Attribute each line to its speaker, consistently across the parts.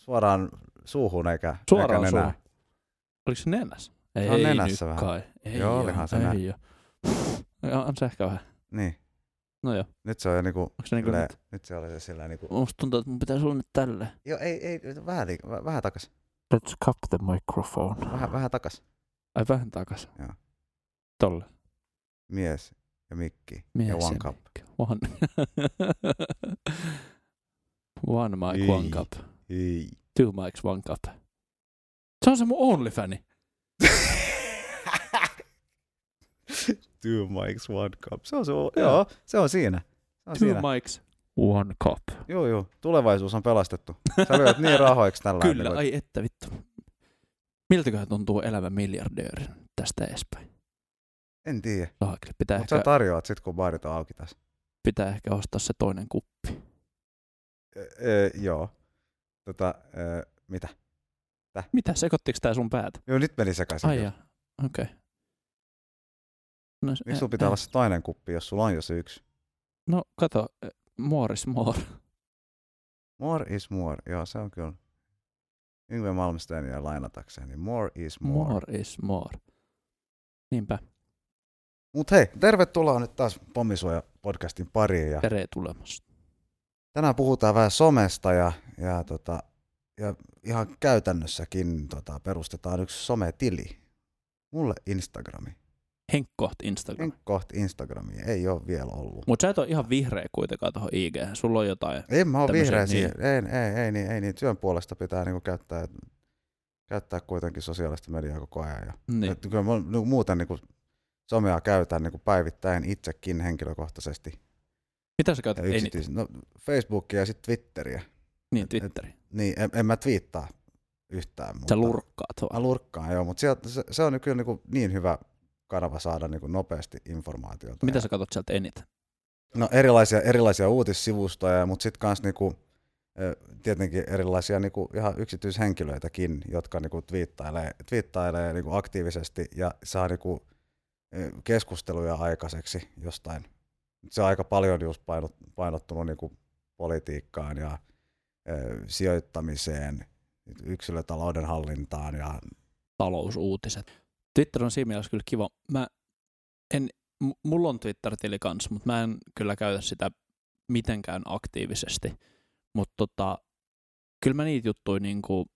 Speaker 1: suoraan suuhun eikä,
Speaker 2: Suoraan
Speaker 1: eikä nenään.
Speaker 2: suuhun. Oliko se nenässä? Ei,
Speaker 1: Se on nenässä
Speaker 2: nyt
Speaker 1: vähän.
Speaker 2: kai. Ei
Speaker 1: Joo, olihan se
Speaker 2: ei
Speaker 1: nä-
Speaker 2: oo. Joo, on se ehkä vähän.
Speaker 1: Niin.
Speaker 2: No joo,
Speaker 1: Nyt se on jo niinku,
Speaker 2: onko se niinku
Speaker 1: silleen,
Speaker 2: nyt?
Speaker 1: nyt? nyt se oli se sillä niinku,
Speaker 2: Musta tuntuu, että mun pitää sulla nyt tälle.
Speaker 1: joo ei, ei, vähän, liik- vä- vähän takas,
Speaker 2: Let's cut the microphone.
Speaker 1: vähän, vähän takas.
Speaker 2: Ai vähän takas.
Speaker 1: Joo.
Speaker 2: Tolle.
Speaker 1: Mies ja mikki
Speaker 2: Mies
Speaker 1: ja one
Speaker 2: ja
Speaker 1: cup.
Speaker 2: One. one mic,
Speaker 1: Ei.
Speaker 2: one cup.
Speaker 1: Ei.
Speaker 2: Two mics, one cup. Se on se mun OnlyFani.
Speaker 1: Two mics, one cup. Se on, se, joo.
Speaker 2: Joo.
Speaker 1: joo, se on siinä. Se on
Speaker 2: Two
Speaker 1: siinä.
Speaker 2: mics, one cup.
Speaker 1: Joo, joo. Tulevaisuus on pelastettu. Sä lyöt niin rahoiksi tällä
Speaker 2: Kyllä,
Speaker 1: hetkellä.
Speaker 2: ai että vittu. Miltäköhän tuntuu elävä miljardöörin tästä edespäin?
Speaker 1: En tiedä.
Speaker 2: Saakeli, pitää,
Speaker 1: Mutta sä
Speaker 2: ehkä,
Speaker 1: tarjoat sit, kun baarit on auki taas.
Speaker 2: pitää ehkä ostaa se toinen kuppi.
Speaker 1: E- e- joo. Tota, e- mitä?
Speaker 2: Mitä, sekoittiko tää sun päät?
Speaker 1: Joo, nyt meni sekaisin.
Speaker 2: Ai jaa, okei. Okay. No, se-
Speaker 1: Miksi sulla pitää olla se toinen kuppi, jos sulla on jo se yksi?
Speaker 2: No kato, eh, more is more.
Speaker 1: More is more. Joo, se on kyllä. Yngve Malmsteenia lainatakseen, niin more is more. more.
Speaker 2: More is more. Niinpä,
Speaker 1: Mut hei, tervetuloa nyt taas Pommisuoja-podcastin pariin. Ja
Speaker 2: teree tulemassa.
Speaker 1: tänään puhutaan vähän somesta ja, ja, tota, ja ihan käytännössäkin tota, perustetaan yksi sometili. Mulle Instagrami.
Speaker 2: Henkkoht Instagram.
Speaker 1: En kohti Instagramia, ei ole vielä ollut.
Speaker 2: Mutta sä et ole ihan vihreä kuitenkaan tuohon IG. Sulla on jotain.
Speaker 1: En mä oo
Speaker 2: tämmöisen,
Speaker 1: vihreä
Speaker 2: niin.
Speaker 1: siihen. Ei, ei, ei, niin, ei niin. Työn puolesta pitää niinku käyttää, käyttää kuitenkin sosiaalista mediaa koko ajan. Ja,
Speaker 2: Niin.
Speaker 1: et kyllä mä niinku muuten niinku somea käytän niinku päivittäin itsekin henkilökohtaisesti.
Speaker 2: Mitä sä
Speaker 1: Ja
Speaker 2: käytät? Ei, niin,
Speaker 1: yksityis- no, Facebookia ja sitten Twitteriä.
Speaker 2: niin
Speaker 1: et- et-
Speaker 2: Twitteri.
Speaker 1: Niin, en, en mä twiittaa yhtään. Mutta
Speaker 2: Sä lurkkaat
Speaker 1: Mä
Speaker 2: vaan.
Speaker 1: lurkkaan, joo, mutta sieltä, se, se, on nyt kyllä niinku niin hyvä kanava saada niinku nopeasti informaatiota.
Speaker 2: Mitä
Speaker 1: Ja-
Speaker 2: sä katot sieltä eniten?
Speaker 1: No erilaisia, erilaisia uutissivustoja, mutta sitten kanssa niinku, ö, tietenkin erilaisia niinku ihan yksityishenkilöitäkin, jotka niinku twiittailee, twiittailee niinku aktiivisesti ja saa niinku ö, keskusteluja aikaiseksi jostain. Se on aika paljon just painot, painottunut niinku politiikkaan ja ö, sijoittamiseen, yksilötalouden hallintaan ja
Speaker 2: Talousuutiset. Twitter on siinä mielessä kyllä kiva. Mä en, m- mulla on Twitter-tili kanssa, mutta mä en kyllä käytä sitä mitenkään aktiivisesti. Mutta tota, kyllä mä niitä juttuja niinku,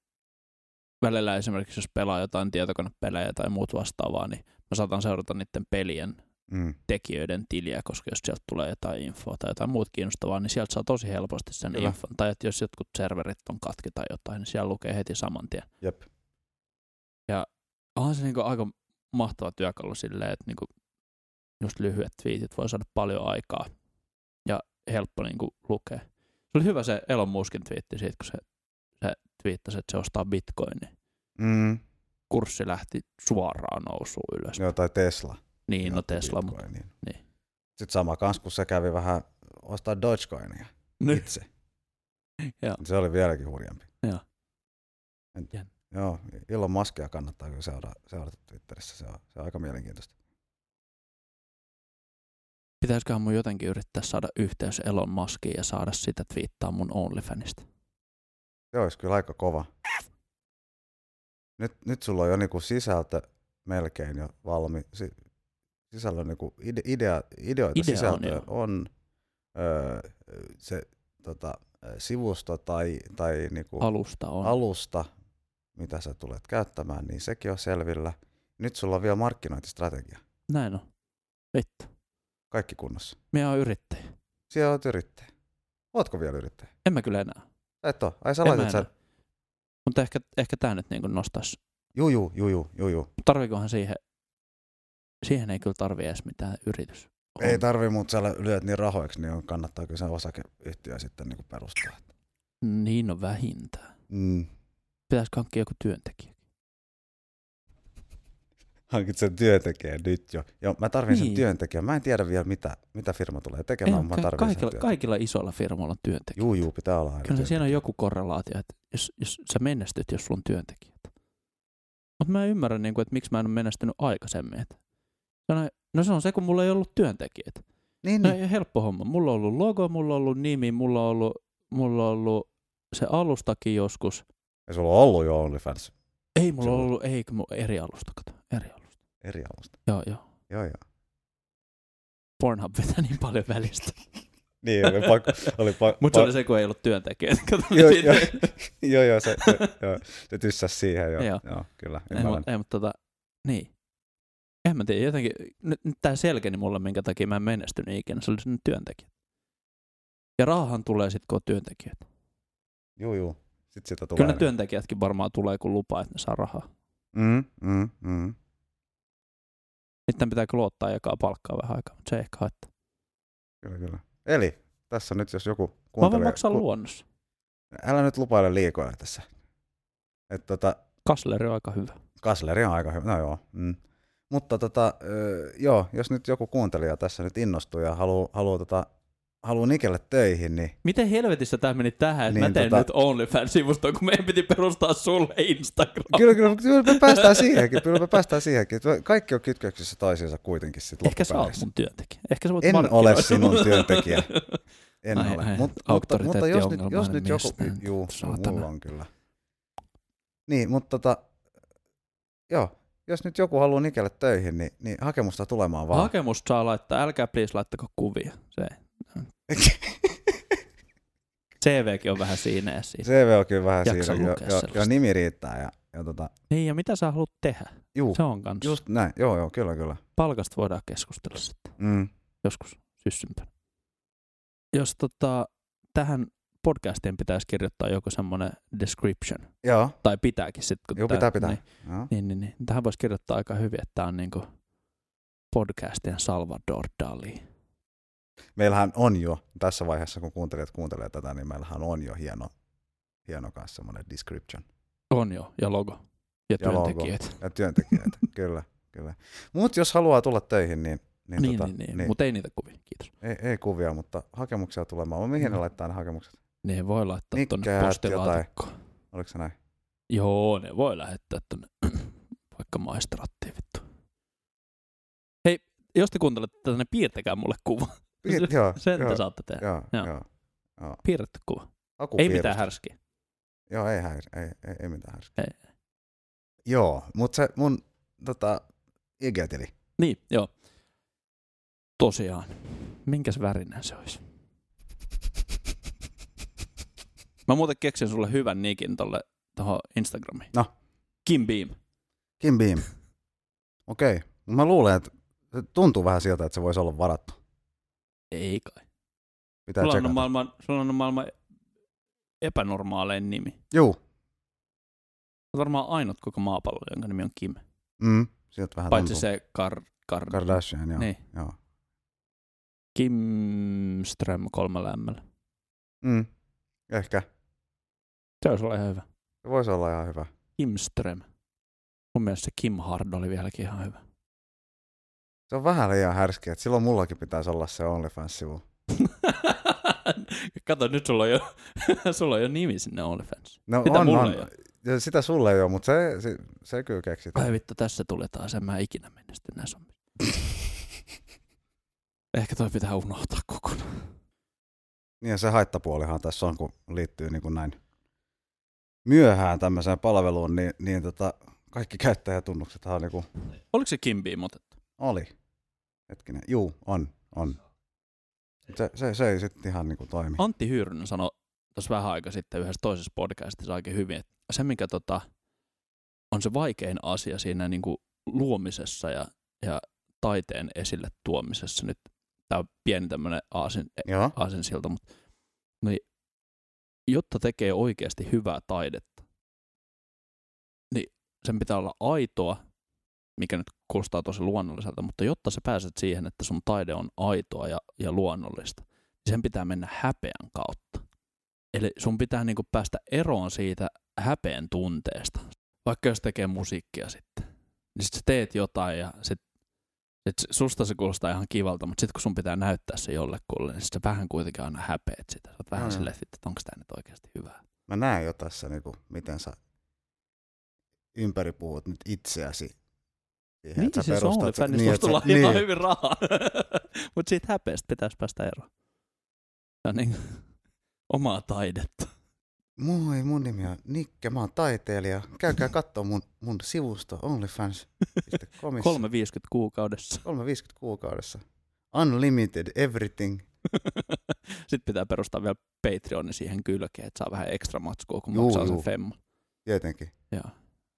Speaker 2: välillä esimerkiksi jos pelaa jotain tietokonepelejä tai muut vastaavaa, niin mä saatan seurata niiden pelien
Speaker 1: mm,
Speaker 2: tekijöiden tiliä, koska jos sieltä tulee jotain infoa tai jotain muuta kiinnostavaa, niin sieltä saa tosi helposti sen
Speaker 1: Kyllä.
Speaker 2: Kyllä. infon. Tai että jos jotkut serverit on katki tai jotain, niin siellä lukee heti saman tien.
Speaker 1: jep,
Speaker 2: Onhan se niin aika mahtava työkalu silleen, että niin just lyhyet twiitit voi saada paljon aikaa ja helppo niin lukea. Se oli hyvä se Elon Muskin twiitti siitä, kun se, se twiittasi, että se ostaa bitcoinin.
Speaker 1: mm,
Speaker 2: Kurssi lähti suoraan nousuun ylös.
Speaker 1: joo, tai Tesla.
Speaker 2: Niin, no
Speaker 1: Joo,
Speaker 2: Tesla, mutta
Speaker 1: Bitcoiniin.
Speaker 2: niin.
Speaker 1: Sitten sama kanssa, kun se kävi vähän ostaa Dogecoinia
Speaker 2: nyt
Speaker 1: itse.
Speaker 2: Niin. Joo.
Speaker 1: Se oli vieläkin hurjempi.
Speaker 2: Joo.
Speaker 1: En,
Speaker 2: Jänn.
Speaker 1: joo, Elon Muskia kannattaa kyllä seurata, seurata Twitterissä, se on, se on aika mielenkiintoista.
Speaker 2: pitäisiköhän mun jotenkin yrittää saada yhteys Elon Muskiin ja saada sitä twiittaa mun OnlyFanista.
Speaker 1: Se olisi kyllä aika kova. Nyt, nyt sulla on jo niinku sisältö melkein jo valmi. Si, sisällön niinku ide, idea, ideoita
Speaker 2: Idea on
Speaker 1: sisältöä
Speaker 2: jo.
Speaker 1: on, öö, se tota, sivusto tai, tai niinku,
Speaker 2: Alusta on. Al-
Speaker 1: alusta, mitä sä tulet käyttämään, niin sekin on selvillä. Nyt sulla on vielä markkinointistrategia.
Speaker 2: Näin on. Vittu.
Speaker 1: Kaikki kunnossa.
Speaker 2: Minä oon yrittäjä.
Speaker 1: Siellä oot yrittäjä. Ootko vielä yrittäjä?
Speaker 2: En mä kyllä enää.
Speaker 1: Sä Et oo. Ai sä
Speaker 2: En mä
Speaker 1: laitat
Speaker 2: enää.
Speaker 1: sen.
Speaker 2: Mutta ehkä, ehkä tämä nyt niin nostaisi.
Speaker 1: Juu, juu, juu, juu, juu, juu.
Speaker 2: Tarviikohan siihen, siihen ei kyllä tarvi edes mitään yritys.
Speaker 1: Ei tarvi, mutta sä lyöt niin rahoiksi, niin on- kannattaa kyllä sen osakeyhtiö sitten niinku perustaa.
Speaker 2: Niin on vähintään.
Speaker 1: Mm.
Speaker 2: Pitäisikö hankkia joku työntekijä?
Speaker 1: Hankit sen työntekijän nyt jo. Joo, mä tarvin sen
Speaker 2: Niin.
Speaker 1: työntekijän. Mä en tiedä vielä, mitä, mitä firma tulee tekemään, mutta no, mä
Speaker 2: Ei,
Speaker 1: tarvin
Speaker 2: kaikilla,
Speaker 1: sen työntekijän.
Speaker 2: kaikilla isoilla firmoilla on työntekijä.
Speaker 1: Juu, juu, pitää olla aina
Speaker 2: Kyllä siinä on
Speaker 1: työntekijä.
Speaker 2: joku korrelaatio, että jos, jos sä menestyt, jos sulla on työntekijät. Mutta mä en ymmärrä, niin kuin, että miksi mä en ole menestynyt aikaisemmin. Että no, no se on se, kun mulla ei ollut työntekijöitä.
Speaker 1: Niin,
Speaker 2: No
Speaker 1: niin.
Speaker 2: ei helppo homma. Mulla on ollut logo, mulla on ollut nimi, mulla on ollut, mulla on ollut se alustakin joskus.
Speaker 1: Ei sulla ollut jo OnlyFans
Speaker 2: Ei mulla
Speaker 1: Silloin.
Speaker 2: ollut, ei kun mun eri alusta, kato, eri alusta.
Speaker 1: eri alusta.
Speaker 2: Joo, joo.
Speaker 1: Joo, joo.
Speaker 2: Pornhub vetää niin paljon välistä.
Speaker 1: Niin, oli pakko. Oli pa-
Speaker 2: Mutta se
Speaker 1: pa-
Speaker 2: oli se, kun ei ollut työntekijöitä. Kato,
Speaker 1: Joo,
Speaker 2: siitä.
Speaker 1: joo. joo, joo, se, se, joo, se tyssäs siihen jo.
Speaker 2: Joo.
Speaker 1: Joo. joo kyllä,
Speaker 2: Ei,
Speaker 1: ymmärrän.
Speaker 2: mutta mut, tota, niin. En mä tiedä, jotenkin, nyt, nyt tää selkeni mulle, minkä takia mä en menestynyt ikinä, se oli sinne työntekijät. Ja rahahan tulee sitten, kun on työntekijöitä.
Speaker 1: Joo, joo. Sitten sitä tulee.
Speaker 2: Kyllä ne työntekijätkin varmaan tulee, kun lupaa, että ne saa rahaa.
Speaker 1: Mm, mm, mm.
Speaker 2: Niiden pitää kyllä ottaa jakaa palkkaa vähän aikaa, mutta se ei ehkä haittaa.
Speaker 1: Kyllä, kyllä. Eli tässä nyt jos joku
Speaker 2: Mä
Speaker 1: kuuntelee.
Speaker 2: voin maksaa
Speaker 1: ku-
Speaker 2: luonnossa.
Speaker 1: Älä nyt lupaile liikoja tässä. Et tota,
Speaker 2: Kasleri on aika hyvä.
Speaker 1: Kasleri on aika hyvä, no joo. Mm. Mutta tota, ö, joo, jos nyt joku kuuntelija tässä nyt innostuu ja haluaa haluu, tota, haluu Nikelle töihin, niin
Speaker 2: Miten helvetissä tämä meni tähän, että
Speaker 1: Niin,
Speaker 2: mä tein
Speaker 1: tota-
Speaker 2: nyt OnlyFans-sivustoon, kun meidän piti perustaa sulle Instagram.
Speaker 1: kyllä, kyllä, kyllä me päästään siihenkin, kyllä me päästään siihenkin. Kaikki on kytköksissä toisiinsa kuitenkin sit
Speaker 2: Ehkä sä oot
Speaker 1: loppupeleissä.
Speaker 2: mun työntekijä. Ehkä sä voit
Speaker 1: En ole
Speaker 2: markkinoida.
Speaker 1: sinun työntekijä. En
Speaker 2: Ai,
Speaker 1: ai, ole.
Speaker 2: ai,
Speaker 1: Ai, Mut, mutta, mutta jos nyt, jos
Speaker 2: auktoriteettiongelmainen
Speaker 1: nyt joku...
Speaker 2: mies näin.
Speaker 1: Juu,
Speaker 2: Saatana.
Speaker 1: mulla on kyllä. Niin, mutta tota, joo, jos nyt joku haluaa Nikelle töihin, niin, niin hakemusta tulemaan vaan.
Speaker 2: Hakemusta saa laittaa, älkää please laittako kuvia. Se. CVkin on vähän siinä ja siinä.
Speaker 1: CV on kyllä vähän
Speaker 2: Jaksa
Speaker 1: siinä, jo,
Speaker 2: lukea
Speaker 1: jo, jo,
Speaker 2: sellaista.
Speaker 1: nimi riittää. Ja, ja tota,
Speaker 2: Niin ja mitä sä haluat tehdä?
Speaker 1: juu,
Speaker 2: Se on kanssa. Just.
Speaker 1: Uh. just näin, joo joo, kyllä kyllä.
Speaker 2: Palkasta voidaan keskustella sitten
Speaker 1: Mm.
Speaker 2: joskus syssympänä. Jos tota, tähän podcastiin pitäisi kirjoittaa joku semmoinen description,
Speaker 1: Joo,
Speaker 2: tai pitääkin sitten.
Speaker 1: joo pitää pitää.
Speaker 2: Niin,
Speaker 1: Joo.
Speaker 2: niin, niin, niin. Tähän voisi kirjoittaa aika hyvin, että tämä on niinku podcastien Salvador Dali.
Speaker 1: Meillähän on jo, tässä vaiheessa kun kuuntelijat kuuntelee tätä, niin meillähän on jo hieno, hieno kanssa semmoinen description.
Speaker 2: On jo, ja logo. Ja,
Speaker 1: Ja logo.
Speaker 2: työntekijät.
Speaker 1: Ja Äh, työntekijöitä, kyllä, kyllä. Mutta jos haluaa tulla töihin, niin, niin,
Speaker 2: Niin,
Speaker 1: tota,
Speaker 2: niin, niin, niin. mutta ei niitä kuvia, kiitos.
Speaker 1: ei, ei, kuvia, mutta hakemuksia tulemaan. Mihin ne
Speaker 2: Mm.
Speaker 1: laittaa ne hakemukset?
Speaker 2: Ne voi laittaa tuonne
Speaker 1: Nikkeät
Speaker 2: postilaatikkoon.
Speaker 1: Oliko se näin?
Speaker 2: Joo, ne voi lähettää tuonne vaikka maistraattiin vittu. Hei, jos te kuuntelette tätä, niin piirtäkää mulle kuva.
Speaker 1: Pi- joo,
Speaker 2: Sen te
Speaker 1: joo,
Speaker 2: saatte tehdä.
Speaker 1: joo,
Speaker 2: Joo.
Speaker 1: joo.
Speaker 2: Piirretty kuva. Ei
Speaker 1: Hakupiirus.
Speaker 2: mitään härskiä.
Speaker 1: Joo, ei, häir, ei, ei, ei mitään härskiä.
Speaker 2: Ei.
Speaker 1: Joo, mutta se mun tota, IG-tili.
Speaker 2: Niin, joo. Tosiaan. Minkäs värinen se olisi? Mä muuten keksin sulle hyvän nikin tolle tohon Instagramiin.
Speaker 1: No.
Speaker 2: Kim Beam.
Speaker 1: Kim Beam. Okei. Okay. Mä luulen, että se tuntuu vähän siltä, että se voisi olla varattu.
Speaker 2: Ei kai.
Speaker 1: Pitää
Speaker 2: Sulla
Speaker 1: tsekata.
Speaker 2: on, maailman, sulla on maailman epänormaalein nimi.
Speaker 1: Juu.
Speaker 2: Olet varmaan ainut koko maapallo, jonka nimi on Kim.
Speaker 1: Mm. Siltä vähän
Speaker 2: Paitsi
Speaker 1: tuntuu.
Speaker 2: se Kar... kar
Speaker 1: Kardashian, joo.
Speaker 2: niin.
Speaker 1: joo.
Speaker 2: Kim Ström kolmella ämmällä.
Speaker 1: Mm. Ehkä.
Speaker 2: Se olisi ollut ihan hyvä.
Speaker 1: Se voisi olla ihan hyvä.
Speaker 2: Kim Ström. Mun mielestä se Kim Hard oli vieläkin ihan hyvä.
Speaker 1: Se on vähän liian härskiä, että silloin mullakin pitäisi olla se OnlyFans-sivu.
Speaker 2: Kato, nyt sulla on jo, sulla on jo nimi sinne OnlyFans.
Speaker 1: No
Speaker 2: Sitä
Speaker 1: on,
Speaker 2: mulla
Speaker 1: on.
Speaker 2: ei ole.
Speaker 1: Ja Sitä sulle ei ole, mutta se, se, se kyllä keksitään.
Speaker 2: Ai vittu, tässä tulee taas. En mä ikinä mennä sitten näissä hommissa. Ehkä toi pitää unohtaa kokonaan.
Speaker 1: Niin ja se haittapuolihan tässä on, kun liittyy niin kuin näin myöhään tämmöiseen palveluun, niin, niin tota, kaikki käyttäjätunnuksethan on niin kuin,
Speaker 2: Oliko se Kim Beam otettu?
Speaker 1: oli. Hetkinen, juu, on, on. Mut Se, se, se ei sitten ihan niin kuin toimi.
Speaker 2: Antti Hyyrynen sanoi tuossa vähän aika sitten yhdessä toisessa podcastissa aika hyvin, että se mikä tota, on se vaikein asia siinä niin kuin luomisessa ja, ja taiteen esille tuomisessa nyt, tämä on pieni tämmöinen aasin,
Speaker 1: Joo,
Speaker 2: aasinsilta, mutta niin, jotta tekee oikeasti hyvää taidetta, niin sen pitää olla aitoa, mikä nyt kuulostaa tosi luonnolliselta, mutta jotta sä pääset siihen, että sun taide on aitoa ja, ja luonnollista, niin sen pitää mennä häpeän kautta. Eli sun pitää niinku päästä eroon siitä häpeän tunteesta. Vaikka jos tekee musiikkia sitten, niin sit sä teet jotain ja sit et s- susta se kuulostaa ihan kivalta, mutta sitten kun sun pitää näyttää se jollekulle, niin sit sä vähän kuitenkin aina häpeät sitä. Sä oot vähän
Speaker 1: Joo, joo.
Speaker 2: silleen, että onko tämä nyt oikeasti hyvää.
Speaker 1: mä näen jo tässä, niin kuin, miten sä ympäri puhut nyt itseäsi. Siihen,
Speaker 2: Niin,
Speaker 1: että sä
Speaker 2: siis
Speaker 1: perustat-
Speaker 2: OnlyFans voisi
Speaker 1: että sä-
Speaker 2: tulla ihan
Speaker 1: niin.
Speaker 2: hyvin rahaa. mutta siitä häpeästä pitäisi päästä eroon. Se on niin omaa taidetta.
Speaker 1: moi, mun nimi on Nikke, mä oon taiteilija. Käykää katsoa mun, mun sivusto onlyfans.comissa.
Speaker 2: 350 kuukaudessa.
Speaker 1: 350 kuukaudessa. Unlimited everything.
Speaker 2: Sitten pitää perustaa vielä Patreoni siihen kylkeen, että saa vähän ekstra matskua, kun
Speaker 1: Juu,
Speaker 2: maksaa sen
Speaker 1: juu.
Speaker 2: femma.
Speaker 1: Tietenkin.
Speaker 2: Joo,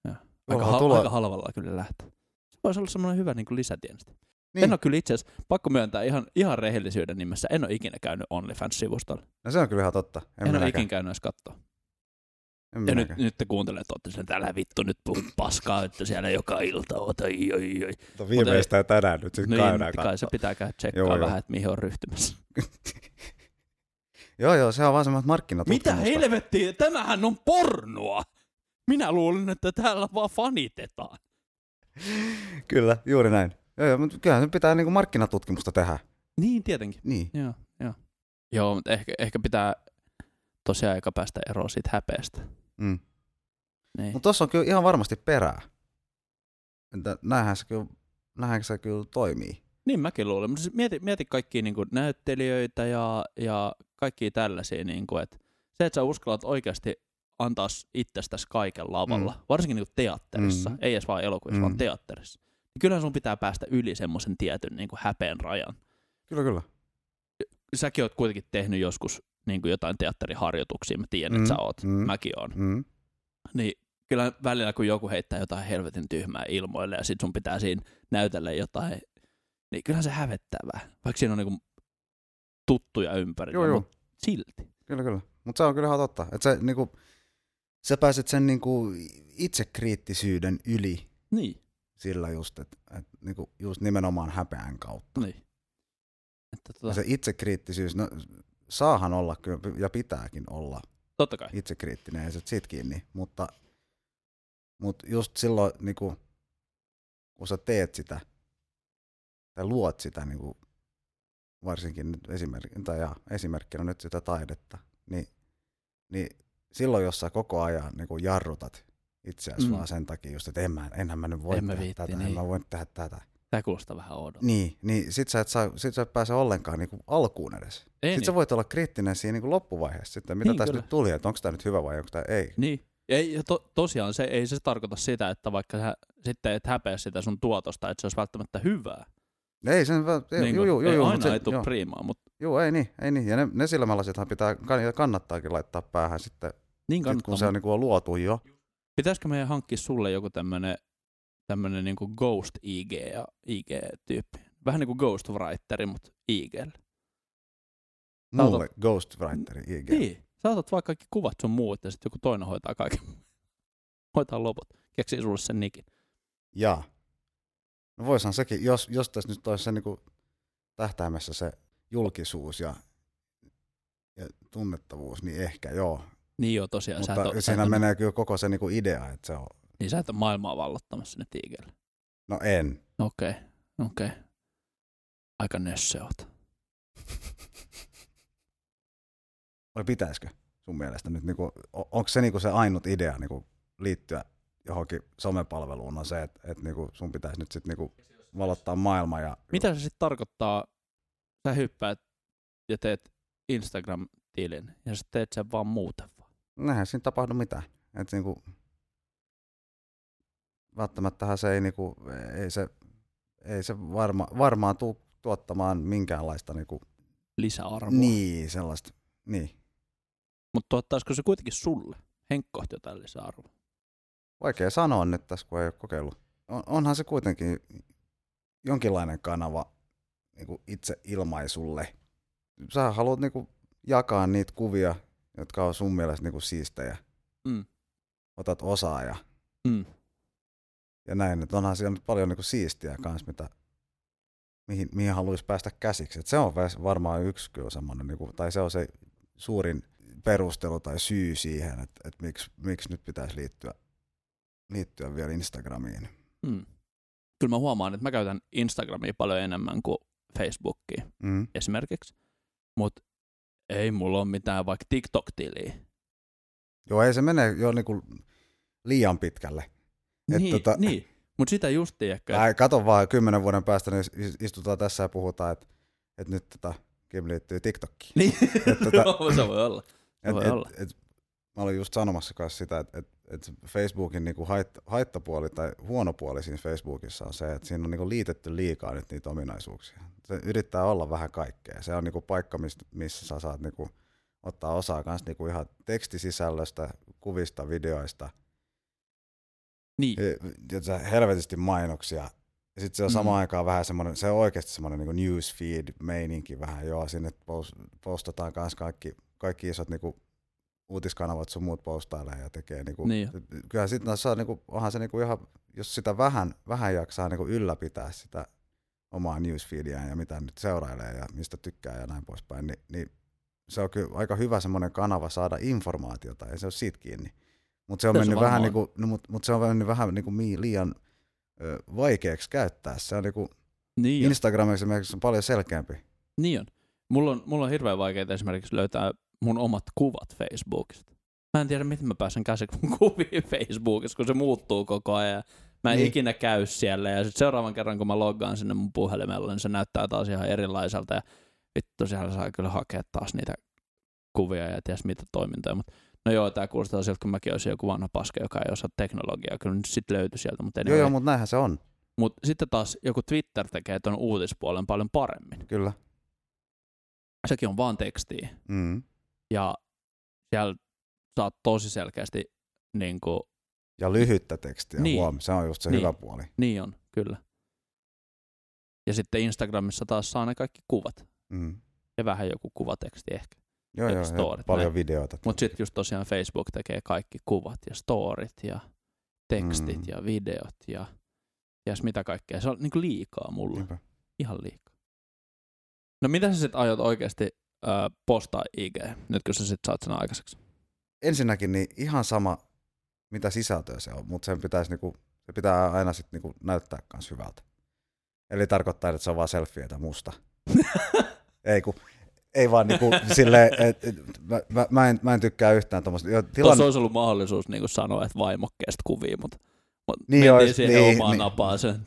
Speaker 2: joo. Aika,
Speaker 1: Tuollahan
Speaker 2: hal-
Speaker 1: tulee-
Speaker 2: aika halvalla kyllä lähtee. Voisi olla semmoinen hyvä niin lisätienestä. Niin.
Speaker 1: Niin.
Speaker 2: En ole kyllä itse asiassa, pakko myöntää ihan, ihan rehellisyyden nimessä, en ole ikinä käynyt OnlyFans-sivustolla.
Speaker 1: No se on kyllä ihan totta. En,
Speaker 2: En, en ole
Speaker 1: minäkään.
Speaker 2: ikinä käynyt edes katsoa.
Speaker 1: En
Speaker 2: Ja nyt,
Speaker 1: minäkään.
Speaker 2: nyt te kuuntelette, olette sen tällä vittu nyt puhut paskaa, että siellä joka ilta oot, oi, oi, oi.
Speaker 1: Mutta viimeistään tänään nyt sitten
Speaker 2: No
Speaker 1: käydään
Speaker 2: niin, kai se pitää käydä tsekkaa
Speaker 1: Joo, joo.
Speaker 2: vähän, että mihin on ryhtymässä.
Speaker 1: Joo, joo, se on vaan semmoista
Speaker 2: Mitä
Speaker 1: markkinatutkimusta.
Speaker 2: helvettiä? Tämähän on pornoa! Minä luulin, että täällä vaan fanitetaan.
Speaker 1: Kyllä, juuri näin. Joo, joo, mutta kyllähän se pitää niinku markkinatutkimusta tehdä.
Speaker 2: Niin, tietenkin.
Speaker 1: Niin.
Speaker 2: Joo, joo. Joo, mutta ehkä, ehkä pitää tosiaan aika päästä eroon siitä häpeästä.
Speaker 1: Mm.
Speaker 2: Niin.
Speaker 1: Mutta tuossa on kyllä ihan varmasti perää. Että näinhän se kyllä, näinhän se kyllä toimii.
Speaker 2: Niin mäkin luulen, mutta siis mieti, mieti kaikkia niin näyttelijöitä ja, ja kaikkia tällaisia, niin kuin, että se, että sä uskallat oikeasti antaa s- itsestäsi kaiken lavalla, mm. varsinkin niin teatterissa, mm.
Speaker 1: Mm.
Speaker 2: ei edes vaan elokuvissa, mm. vaan
Speaker 1: Mm.
Speaker 2: teatterissa, niin kyllähän sun pitää päästä yli semmoisen tietyn niin kuin häpeän rajan.
Speaker 1: Kyllä, kyllä.
Speaker 2: Säkin oot kuitenkin tehnyt joskus niin kuin jotain teatteriharjoituksia, mä tiedän, mm.
Speaker 1: Mm,
Speaker 2: että sä oot, mm.
Speaker 1: mm.
Speaker 2: mäkin oon.
Speaker 1: Mm.
Speaker 2: Niin kyllä välillä, kun joku heittää jotain helvetin tyhmää ilmoille ja sit sun pitää siinä näytellä jotain, niin kyllähän se hävettävää, vaikka siinä on niinku tuttuja ympärillä,
Speaker 1: Joo, joo.
Speaker 2: mutta silti.
Speaker 1: Kyllä, kyllä. Mutta se on kyllä ihan totta. Että sä, niinku, sä pääset sen niinku, itsekriittisyyden yli
Speaker 2: Niin,
Speaker 1: sillä just, että et, niinku, just nimenomaan häpeän kautta.
Speaker 2: niin. Että
Speaker 1: Ja
Speaker 2: tota,
Speaker 1: se itsekriittisyys, no, saahan olla kyllä, ja pitääkin olla
Speaker 2: totta kai.
Speaker 1: itsekriittinen, ei se siitä kiinni, mutta, mutta just silloin, niin kuin, kun sä teet sitä, tai luot sitä, niin kuin, varsinkin nyt esimerk- tai jaa, esimerkkinä nyt sitä taidetta, niin, niin silloin, jos sä koko ajan niin kuin jarrutat itseäsi
Speaker 2: Mm.
Speaker 1: mm. vaan sen takia just, että en mä, enhän mä nyt voi
Speaker 2: En mä
Speaker 1: tehdä
Speaker 2: viitti,
Speaker 1: tätä, en
Speaker 2: niin.
Speaker 1: mä voi tehdä tätä.
Speaker 2: Tämä kuulostaa vähän oudolta.
Speaker 1: Niin, niin sit sä et, saa, sit sä et pääse ollenkaan niin kuin alkuun edes.
Speaker 2: Ei
Speaker 1: Sitten
Speaker 2: niin.
Speaker 1: sä voit olla kriittinen siinä niin loppuvaiheessa, että mitä
Speaker 2: Niin,
Speaker 1: niin, tässä
Speaker 2: kyllä.
Speaker 1: nyt tuli, että onko tämä nyt hyvä vai onko tämä ei.
Speaker 2: Niin. Ei, ja to, tosiaan se ei se tarkoita sitä, että vaikka sä sitten et häpeä sitä sun tuotosta, että se olisi välttämättä hyvää.
Speaker 1: Ei, sen, vä- ei, niin, juu, juu, juu,
Speaker 2: ei
Speaker 1: juu,
Speaker 2: aina
Speaker 1: mut se-
Speaker 2: ei tule
Speaker 1: joo,
Speaker 2: priimaa, mutta
Speaker 1: juu, ei niin, ei niin. Ja ne, ne silmälasethan pitää, kann- kannattaakin laittaa päähän sitten,
Speaker 2: niin
Speaker 1: sit,
Speaker 2: kannattaa.
Speaker 1: kun se on, niin on luotu jo.
Speaker 2: Pitäisikö meidän hankkia sulle joku tämmönen, tämmönen niinku Ghost IG ja IG-tyyppi? Vähän niinku Ghostwriteri, mutta IG. Tää on
Speaker 1: Mulle Ghostwriterin IG.
Speaker 2: Niin. Sä otat vaikka kaikki kuvat sun muut ja sitten joku toinen hoitaa kaiken. hoitaa loput. Keksii sulle sen nikin.
Speaker 1: Ja. No voisihan sekin, jos, jos tässä nyt olisi se niin kuin tähtäimessä se julkisuus ja, ja tunnettavuus, niin ehkä joo.
Speaker 2: Niin joo, tosiaan. sä et
Speaker 1: Mutta
Speaker 2: oo- sä et
Speaker 1: siinä
Speaker 2: oo-
Speaker 1: menee kyllä koko se niin kuin idea, että se on,
Speaker 2: Niin sä et ole maailmaa vallottamassa sinne tiikelle.
Speaker 1: no en.
Speaker 2: Okei, okay, okei. Okay. Aika nössö oot.
Speaker 1: vai pitäisikö sun mielestä nyt, niinku, on, onko se niinku se ainut idea niinku, liittyä johonkin somepalveluun on se, että et, niinku, sun pitäisi nyt sitten niinku, valottaa maailma ja
Speaker 2: Mitä se sitten tarkoittaa? Sä hyppäät ja teet Instagram-tilin ja sä teet sen vaan muuten vaan.
Speaker 1: näinhän siinä tapahdu mitään. Et, niinku, välttämättähän se ei, niinku, ei se, ei se varma, varmaan tuu tuottamaan minkäänlaista niinku,
Speaker 2: Lisäarvoa.
Speaker 1: niin, sellaista, niin,
Speaker 2: Mutta tuottaisiko se kuitenkin sulle henkkohti jotain lisäarvoa?
Speaker 1: Vaikea sanoa nyt tässä, kun ei ole kokeillut. On, onhan se kuitenkin jonkinlainen kanava niin kuin itse ilmaisulle. Sä haluat niin kuin, jakaa niitä kuvia, jotka on sun mielestä niin kuin, siistejä.
Speaker 2: Mm.
Speaker 1: Otat osaa ja,
Speaker 2: Mm.
Speaker 1: ja näin. Et onhan siellä nyt paljon niin kuin, siistiä kanssa, mitä, mihin, mihin haluaisi päästä käsiksi. Et se on väs- varmaan yksi kyllä semmoinen, niin kuin, tai se on se suurin perustelu tai syy siihen, että, että miksi, miksi nyt pitäisi liittyä, liittyä vielä Instagramiin.
Speaker 2: Mm. Kyllä mä huomaan, että mä käytän Instagramia paljon enemmän kuin Facebookia
Speaker 1: Mm.
Speaker 2: esimerkiksi, mutta ei mulla ole mitään vaikka TikTok-tiliä.
Speaker 1: Joo, ei se mene jo niinku liian pitkälle. Et
Speaker 2: Niin,
Speaker 1: tota-
Speaker 2: niin. mutta sitä just tiedätkö, että
Speaker 1: Ai, kato vaan, kymmenen vuoden päästä niin is- istutaan tässä ja puhutaan, että, että nyt tota, Kim liittyy TikTokkiin.
Speaker 2: niin.
Speaker 1: Et, tota,
Speaker 2: se voi olla.
Speaker 1: et,
Speaker 2: voi olla.
Speaker 1: et, et, mä olin just sanomassa kanssa sitä, että, että, että Facebookin niinku haitta, haittapuoli tai huono puoli siinä Facebookissa on se, että siinä on niinku liitetty liikaa nyt niitä ominaisuuksia. Se yrittää olla vähän kaikkea. Se on niinku paikka, mistä, missä sä saat niinku ottaa osaa myös niinku ihan tekstisisällöstä, kuvista, videoista.
Speaker 2: Niin,
Speaker 1: Ja sä helvetisti mainoksia. Ja sitten se on samaan
Speaker 2: Mm.
Speaker 1: aikaan vähän semmoinen, se on oikeasti semmoinen niinku newsfeed-meininki vähän. Joo, sinne pos- postataan myös kaikki, kaikki isot niinku uutiskanavat sun muut postailee ja tekee niinku,
Speaker 2: Niin
Speaker 1: kyllähän sit noissa on niinku, onhan se niinku ihan, jos sitä vähän, vähän jaksaa niinku ylläpitää sitä omaa newsfeediään ja mitä nyt seurailee ja mistä tykkää ja näin poispäin, niin, niin se on kyllä aika hyvä semmoinen kanava saada informaatiota, ei se ole siitä kiinni. Mutta se, on
Speaker 2: Kyllä se
Speaker 1: mennyt
Speaker 2: varmaan
Speaker 1: vähän niinku, no, mut, mut se on mennyt vähän niinku mii- liian ö, vaikeaksi käyttää. Se on niinku,
Speaker 2: niin, on,
Speaker 1: Instagram esimerkiksi on paljon selkeämpi.
Speaker 2: niin on. Mulla on, mulla on hirveän vaikeaa esimerkiksi löytää mun omat kuvat Facebookista. Mä en tiedä, miten mä pääsen käsiksi mun kuviin Facebookissa, kun se muuttuu koko ajan. Mä en
Speaker 1: Niin.
Speaker 2: niin. ikinä käy siellä ja sitten seuraavan kerran, kun mä loggaan sinne mun puhelimella, niin se näyttää taas ihan erilaiselta ja vittu, siellä saa kyllä hakea taas niitä kuvia ja ties mitä toimintoja, mutta no joo, tää kuulostaa siltä, kun mäkin olisin joku vanha paska, joka ei osaa teknologiaa, kyllä nyt sit löytyi sieltä, mutta
Speaker 1: Joo, joo, mutta näinhän se on,
Speaker 2: Mutta sitten taas joku Twitter tekee ton uutispuolen paljon paremmin.
Speaker 1: kyllä.
Speaker 2: Sekin on vaan tekstiä.
Speaker 1: Mm.
Speaker 2: Ja siellä saat tosi selkeästi, niin kuin,
Speaker 1: Ja lyhyttä tekstiä, niin.
Speaker 2: Niin.
Speaker 1: huom, se on just se
Speaker 2: Niin.
Speaker 1: hyvä puoli.
Speaker 2: niin on, kyllä. Ja sitten Instagramissa taas saa ne kaikki kuvat.
Speaker 1: Mm.
Speaker 2: Ja vähän joku kuvateksti ehkä.
Speaker 1: Joo,
Speaker 2: Ja
Speaker 1: joo,
Speaker 2: storit,
Speaker 1: ja paljon
Speaker 2: näin.
Speaker 1: videoita.
Speaker 2: Mutta sitten just tosiaan Facebook tekee kaikki kuvat ja storit ja tekstit
Speaker 1: Mm.
Speaker 2: mm. ja videot ja ties mitä kaikkea. Se on niin kuin liikaa mulla.
Speaker 1: Niinpä.
Speaker 2: Ihan liikaa. No mitä sä sit aiot oikeasti ö, postaa IG, nyt kun sä sit saat sen aikaiseksi?
Speaker 1: Ensinnäkin niin ihan sama, mitä sisältöä se on, mutta sen pitäisi niinku, se pitää aina sit niinku näyttää kans hyvältä. Eli tarkoittaa, että se on vaan selfieitä musta. ei kun, ei vaan niinku silleen, et, et, mä, mä, mä, en, mä en tykkää yhtään tuommoista.
Speaker 2: Tuossa
Speaker 1: Tilanne,
Speaker 2: olisi ollut mahdollisuus niin sanoa, että vaimokkeesta kuvia, mutta mut
Speaker 1: Niin
Speaker 2: niin
Speaker 1: olisi,
Speaker 2: mentiin siihen
Speaker 1: niin,
Speaker 2: niin, omaan
Speaker 1: niin.
Speaker 2: niin, napaan sen.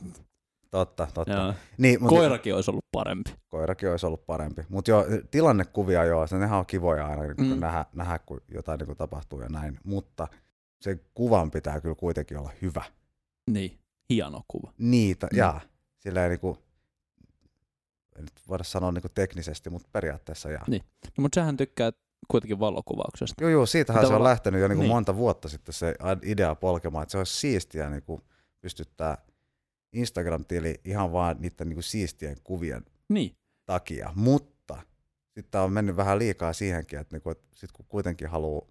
Speaker 1: totta, totta.
Speaker 2: Joo.
Speaker 1: Niin, mut,
Speaker 2: Koirakin olisi ollut parempi.
Speaker 1: koirakin olisi ollut parempi. Mutta joo, tilannekuvia joo, se nehän on kivoja aina, kun mm.
Speaker 2: Mm.
Speaker 1: nähdä, nähdä, kun jotain niinku tapahtuu ja näin. Mutta se kuvan pitää kyllä kuitenkin olla hyvä.
Speaker 2: Niin, hieno kuva.
Speaker 1: Niitä, mm.
Speaker 2: Mm.
Speaker 1: jaa. Silleen niinku, en nyt voida sanoa niinku teknisesti, mutta periaatteessa jaa.
Speaker 2: Niin. No, mutta sähän tykkää kuitenkin valokuvauksesta.
Speaker 1: Joo, joo, siitähän
Speaker 2: Mitä
Speaker 1: se on
Speaker 2: olla-
Speaker 1: lähtenyt jo niinku
Speaker 2: Niin.
Speaker 1: monta vuotta sitten se a- idea polkemaan, että se olisi siistiä niinku pystyttää Instagram-tili ihan vaan niiden niinku siistien kuvien
Speaker 2: Niin,
Speaker 1: takia, mutta sitten on mennyt vähän liikaa siihenkin, että niinku, et sit kun kuitenkin haluaa,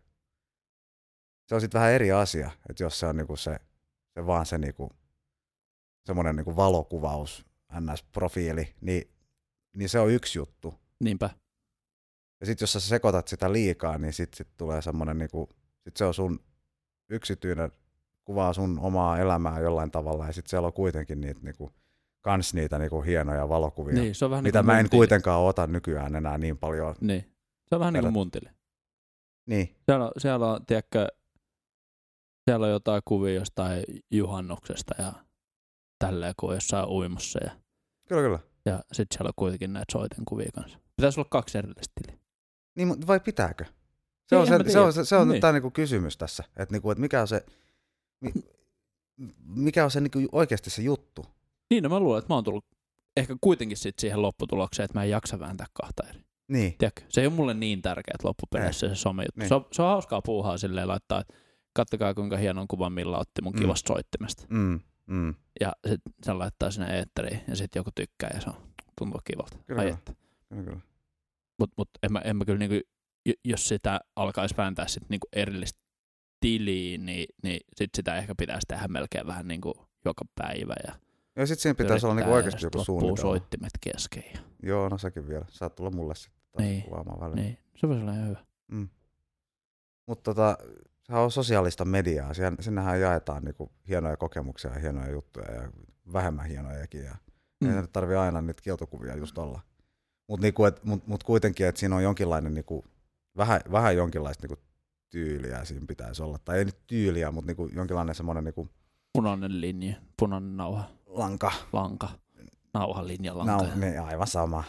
Speaker 1: se on sitten vähän eri asia, että jos se on niinku se, se vaan se niinku, semmoinen niinku valokuvaus, NS-profiili, niin, niin se on yksi juttu.
Speaker 2: niinpä.
Speaker 1: Ja sitten jos sä sekoitat sitä liikaa, niin sitten sit tulee semmoinen, niinku, sit se on sun yksityinen, kuvaa sun omaa elämää jollain tavalla, ja sitten siellä on kuitenkin niitä, niinku, kans niitä niinku, hienoja valokuvia,
Speaker 2: Niin, se on vähän
Speaker 1: mitä
Speaker 2: niin kuin
Speaker 1: mä en
Speaker 2: mun tili.
Speaker 1: kuitenkaan ota nykyään enää niin paljon.
Speaker 2: Niin. Se on vähän niin
Speaker 1: Verrat-
Speaker 2: kuin mun tili.
Speaker 1: Niin,
Speaker 2: Siellä on, siellä on, tiedätkö, siellä on jotain kuvia jostain juhannuksesta ja tälleen, kun on jossain uimassa. Ja,
Speaker 1: kyllä kyllä.
Speaker 2: ja sitten siellä on kuitenkin näitä soitenkuvia kanssa. Pitäisi olla kaksi erillistä tiliä.
Speaker 1: Niin, mut vai pitääkö? Se
Speaker 2: Ei,
Speaker 1: on,
Speaker 2: en
Speaker 1: se,
Speaker 2: mä
Speaker 1: se
Speaker 2: tiedä.
Speaker 1: on, se, se on niin.
Speaker 2: Niin.
Speaker 1: tämä niinku kysymys tässä, että niinku, et mikä on se, mi, mikä on se niinku oikeasti se juttu.
Speaker 2: Niin, no mä luulen, että mä oon tullut ehkä kuitenkin sit siihen lopputulokseen, että mä en jaksa vääntää kahta eri.
Speaker 1: Niin,
Speaker 2: Tiedätkö? Se ei ole mulle niin tärkeä, että loppupeleissä se somejuttu.
Speaker 1: Niin.
Speaker 2: Se, on, se on hauskaa puuhaa silleen laittaa, että kattokaa kuinka hienon kuvan Milla otti mun
Speaker 1: Mm.
Speaker 2: kivasta soittimesta.
Speaker 1: mm, mm,
Speaker 2: Ja sit sen laittaa sinne eetteriin ja sitten joku tykkää ja se on, tuntuu kivalta.
Speaker 1: Kyllä.
Speaker 2: Ai että.
Speaker 1: kyllä, kyllä.
Speaker 2: Mut, mut en, mä, en mä kyllä niinku, j- jos sitä alkaisi vääntää sit niinku erillistä tiliä, niin, niin sit sitä ehkä pitäisi tehdä melkein vähän niinku joka päivä. Ja
Speaker 1: Ja sitten siinä pitäisi
Speaker 2: yrittää
Speaker 1: olla niinku
Speaker 2: ja
Speaker 1: oikeasti
Speaker 2: sit
Speaker 1: joku
Speaker 2: loppuu
Speaker 1: suunnitelma.
Speaker 2: soittimet kesken. Ja,
Speaker 1: Joo, no sekin vielä. Saat tulla mulle sitten taas
Speaker 2: Niin.
Speaker 1: kuvaamaan väliin.
Speaker 2: niin, se voisi olla ihan hyvä.
Speaker 1: Mutta tota, sehän on sosiaalista mediaa. Siihen- Sinnehän jaetaan niinku hienoja kokemuksia ja hienoja juttuja ja vähemmän hienojakin. Ja mm. Ei se nyt tarvi aina niitä kieltokuvia just olla. Mutta niinku, et- mut, mut kuitenkin, että siinä on jonkinlainen, niinku, vähän, vähän jonkinlaista niinku, tyyliä siinä pitäisi olla. Tai ei nyt tyyliä, mutta niinku, jonkinlainen semmoinen niinku,
Speaker 2: Punainen linja, punainen nauha,
Speaker 1: lanka.
Speaker 2: lanka, nauhalinja, lanka.
Speaker 1: Nau, niin, aivan sama.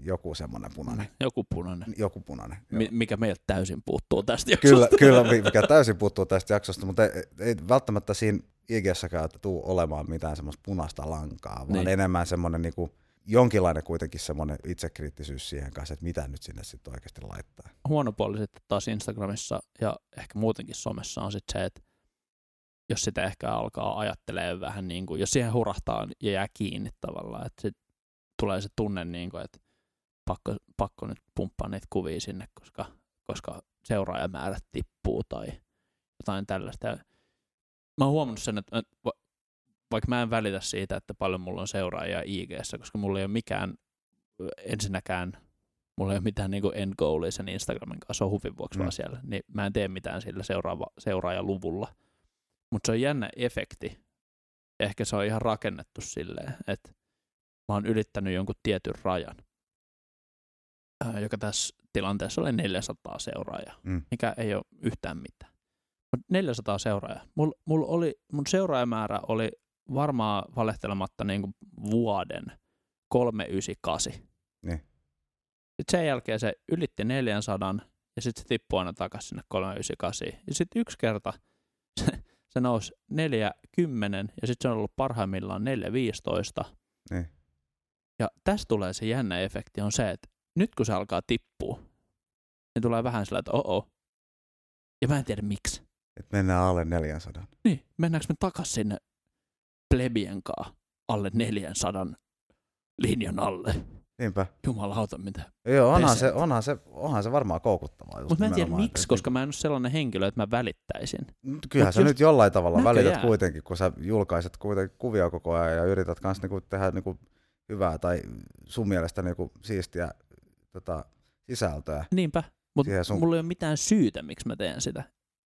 Speaker 1: joku semmoinen punainen.
Speaker 2: Joku punainen,
Speaker 1: Joku punainen. joo.
Speaker 2: mi- mikä meiltä täysin puuttuu tästä
Speaker 1: Kyllä,
Speaker 2: jaksosta.
Speaker 1: kyllä, mikä täysin puuttuu tästä jaksosta, mutta ei, ei välttämättä siinä IGssäkään tule olemaan mitään semmoista punaista lankaa, vaan
Speaker 2: Niin.
Speaker 1: niin. enemmän semmoinen niinku, jonkinlainen kuitenkin semmoinen itsekriittisyys siihen kanssa, että mitä nyt sinne sitten oikeasti laittaa.
Speaker 2: Huono puoli sitten taas Instagramissa ja ehkä muutenkin somessa on sitten se, että jos sitä ehkä alkaa ajattelee vähän niin kuin, jos siihen hurahtaa ja jää kiinni tavallaan, että sit tulee se tunne niin kuin, että pakko, pakko nyt pumppaa niitä kuvia sinne, koska, koska seuraajamäärät tippuu tai jotain tällaista. Ja Mä oon huomannut sen, että että va- vaikka mä en välitä siitä, että paljon mulla on seuraajia ig koska mulla ei ole mikään ö, ensinnäkään, mulla ei ole mitään niin end goalia sen Instagramin kanssa, se on huvin vuoksi
Speaker 1: Mm.
Speaker 2: vaan siellä, niin mä en tee mitään sillä seuraava, seuraajaluvulla. Mutta se on jännä efekti. Ehkä se on ihan rakennettu silleen, että mä oon ylittänyt jonkun tietyn rajan, ää, joka tässä tilanteessa oli 400 seuraajaa,
Speaker 1: Mm.
Speaker 2: mikä ei ole yhtään mitään. Mut 400 seuraajaa. Mul, mul oli, mun seuraajamäärä oli varmaan valehtelematta niinku vuoden 398.
Speaker 1: Niin.
Speaker 2: Sitten sen jälkeen se ylitti 400 ja sitten se tippui aina takaisin sinne 398. Ja sitten yksi kerta se, se nousi 40 ja sitten se on ollut parhaimmillaan 415.
Speaker 1: Niin.
Speaker 2: Ja tästä tulee se jännä efekti on se, että nyt kun se alkaa tippua, niin tulee vähän sillä, että oo. Ja mä en tiedä miksi.
Speaker 1: Että mennään alle 400.
Speaker 2: Niin, mennäänkö me takaisin sinne plebien kaa alle 400 linjan alle?
Speaker 1: Niinpä.
Speaker 2: Jumalauta, mitä
Speaker 1: Joo, onhan
Speaker 2: Pesä.
Speaker 1: se, onhan, se, onhan se varmaan koukuttavaa. just
Speaker 2: Mutta mä en tiedä
Speaker 1: nimenomaan,
Speaker 2: miksi,
Speaker 1: että-
Speaker 2: koska mä en ole sellainen henkilö, että mä välittäisin.
Speaker 1: Mut Kyllähän
Speaker 2: mut
Speaker 1: sä
Speaker 2: just-
Speaker 1: nyt jollain tavalla
Speaker 2: Näköjään.
Speaker 1: välität kuitenkin, kun sä julkaiset kuitenkin kuvia koko ajan ja yrität kanssa niinku tehdä niinku hyvää tai sun mielestä niinku siistiä tota, sisältöä.
Speaker 2: Niinpä, mutta
Speaker 1: Siihen sun-
Speaker 2: mulla ei ole mitään syytä, miksi mä teen sitä.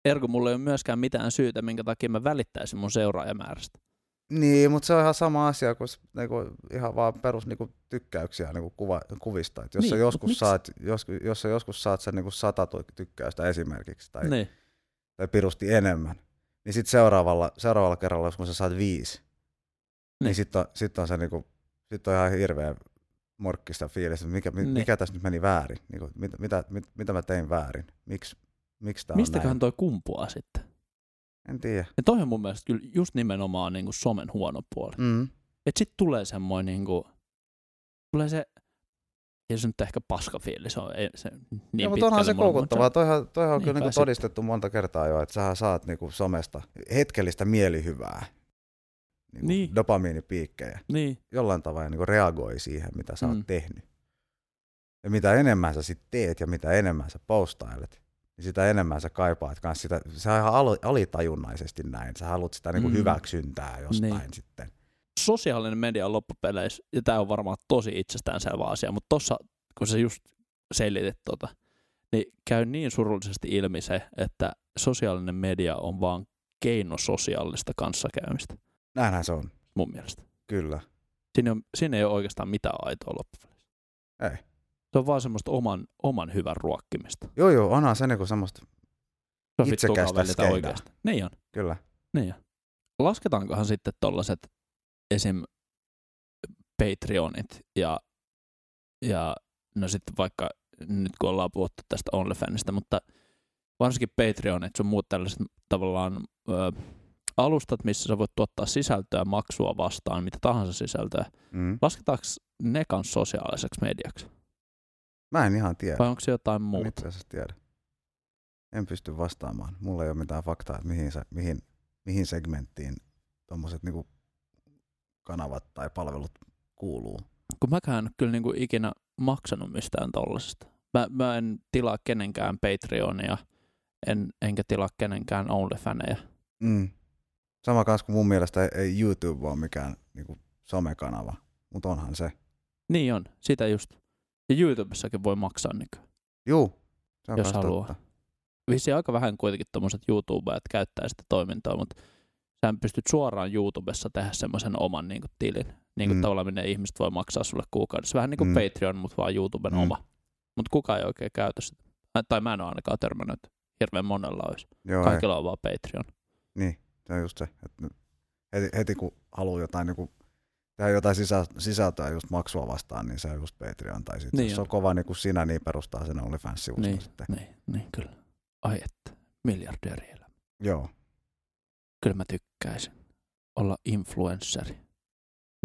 Speaker 2: Ergo, mulla ei ole myöskään mitään syytä, minkä takia mä välittäisin mun seuraajamäärästä.
Speaker 1: Niin, mutta se on ihan sama asia kuin s- niinku, ihan vaan perus niinku, tykkäyksiä niinku, kuva, kuvista. Et jos,
Speaker 2: Niin,
Speaker 1: niin, sä
Speaker 2: mut
Speaker 1: joskus
Speaker 2: miksi?
Speaker 1: saat, jos, jos sä joskus saat sen niinku, sata tu- tykkäystä esimerkiksi tai,
Speaker 2: Niin.
Speaker 1: tai pirusti enemmän, niin sitten seuraavalla, seuraavalla kerralla, jos kun sä saat viisi,
Speaker 2: Niin.
Speaker 1: niin sitten on, sit on, se niinku, sit on ihan hirveä morkkista fiilistä, mikä, mi-
Speaker 2: Niin.
Speaker 1: mikä tässä nyt meni väärin, niinku, mit, mitä, mit, mitä mä tein väärin, Miks, miksi tämä on
Speaker 2: Mistäköhän toi kumpuaa sitten?
Speaker 1: näin, en tiedä.
Speaker 2: Ja toi on mun mielestä kyllä just nimenomaan niin kuin somen huono puoli.
Speaker 1: Mm.
Speaker 2: Että sit tulee semmoinen niin kuin, tulee se, ei se nyt ehkä paskafiilis on, ei se niin
Speaker 1: Niin
Speaker 2: pitkälle
Speaker 1: mutta onhan se
Speaker 2: mulla, mut
Speaker 1: koukuttavaa, toihan, toihan on kyllä
Speaker 2: Niinpä
Speaker 1: niinku
Speaker 2: sitten.
Speaker 1: todistettu monta kertaa jo, että sähän saat niinku somesta hetkellistä mielihyvää, niinku
Speaker 2: Niin.
Speaker 1: niin. dopamiinipiikkejä,
Speaker 2: Niin,
Speaker 1: jollain tavalla niinku reagoi siihen, mitä sä mm.
Speaker 2: Mm.
Speaker 1: oot tehnyt. Ja mitä enemmän sä sit teet ja mitä enemmän sä postailet, niin sitä enemmän sä kaipaat kans sitä, se on ihan alo- alitajunnaisesti näin, sä haluat sitä niinku
Speaker 2: Mm.
Speaker 1: mm. hyväksyntää jostain
Speaker 2: Niin.
Speaker 1: niin. sitten.
Speaker 2: sosiaalinen media on loppupeleissä, ja tämä on varmaan tosi itsestäänselvä asia, mutta tuossa, kun sä just selitit tota, niin käy niin surullisesti ilmi se, että sosiaalinen media on vaan keino sosiaalista kanssakäymistä,
Speaker 1: Näinhän se on,
Speaker 2: mun mielestä.
Speaker 1: kyllä.
Speaker 2: Siinä, on, siinä ei ole oikeastaan mitään aitoa loppupeleissä.
Speaker 1: Ei.
Speaker 2: Se on vaan semmoista oman, oman hyvän ruokkimista.
Speaker 1: Joo joo, onhan se niinku semmoista,
Speaker 2: Se on vittu,
Speaker 1: Itsekästä
Speaker 2: joka välitä
Speaker 1: skeidaa.
Speaker 2: oikeasti. Niin on.
Speaker 1: kyllä.
Speaker 2: Niin. on. Lasketaankohan sitten tollaset esim. Patreonit ja, ja no sitten vaikka nyt kun ollaan puhuttu tästä OnlyFansista, mutta varsinkin Patreonit, sun muut tällaiset tavallaan ö, alustat, missä sä voit tuottaa sisältöä maksua vastaan, mitä tahansa sisältöä.
Speaker 1: Mm.
Speaker 2: Lasketaanko ne kanssa sosiaaliseksi mediaksi?
Speaker 1: Mä en ihan tiedä.
Speaker 2: Vai onko se jotain
Speaker 1: En
Speaker 2: muuta?
Speaker 1: itse asiassa tiedä. En pysty vastaamaan. Mulla ei ole mitään faktaa, että mihin, se, mihin, mihin segmenttiin tuommoiset niinku kanavat tai palvelut kuuluu.
Speaker 2: kun mäkään en ole kyllä niin kuin ikinä maksanut mistään tollasesta. Mä, mä en tilaa kenenkään Patreonia, en, enkä tilaa kenenkään OnlyFaneja.
Speaker 1: Mm. Sama kanssa kuin mun mielestä ei- ei YouTube ole mikään niinku somekanava, mutta onhan se.
Speaker 2: Niin on, sitä just. Ja YouTubessakin voi maksaa nykyään.
Speaker 1: Juu, se on
Speaker 2: Jos
Speaker 1: kans
Speaker 2: haluaa.
Speaker 1: totta.
Speaker 2: Vissiin aika vähän kuitenkin tuommoiset YouTubejat käyttää sitä toimintaa, mutta sä pystyt suoraan YouTubessa tehdä semmoisen oman niin kuin, tilin. Niin kuin
Speaker 1: Mm.
Speaker 2: tavallaan minne ihmiset voi maksaa sulle kuukaudessa. Vähän niin kuin
Speaker 1: Mm.
Speaker 2: Patreon, mutta vaan YouTuben
Speaker 1: Mm.
Speaker 2: oma. Mutta kukaan ei oikein käytä sitä. Mä- Tai mä en ole ainakaan törmännyt, että hirveän monella olisi.
Speaker 1: Joo, ei.
Speaker 2: Kaikilla on vaan Patreon.
Speaker 1: Niin, se on just se. Että nyt heti, heti kun haluaa jotain niinku tehdä jotain sisä, sisältöä just maksua vastaan, niin se on just Patreon. Tai sitten
Speaker 2: Niin
Speaker 1: niin jos
Speaker 2: on.
Speaker 1: on kova niin kuin sinä, niin perustaa sen OnlyFans-sivuston
Speaker 2: Niin.
Speaker 1: niin. sitten.
Speaker 2: Niin, niin kyllä. Ai että, miljardööri elämä.
Speaker 1: Joo.
Speaker 2: Kyllä mä tykkäisin olla influenssari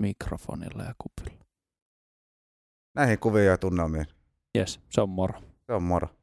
Speaker 2: mikrofonilla ja kupilla.
Speaker 1: Näihin kuviin ja tunnelmiin.
Speaker 2: Jes, se on moro.
Speaker 1: Se on moro.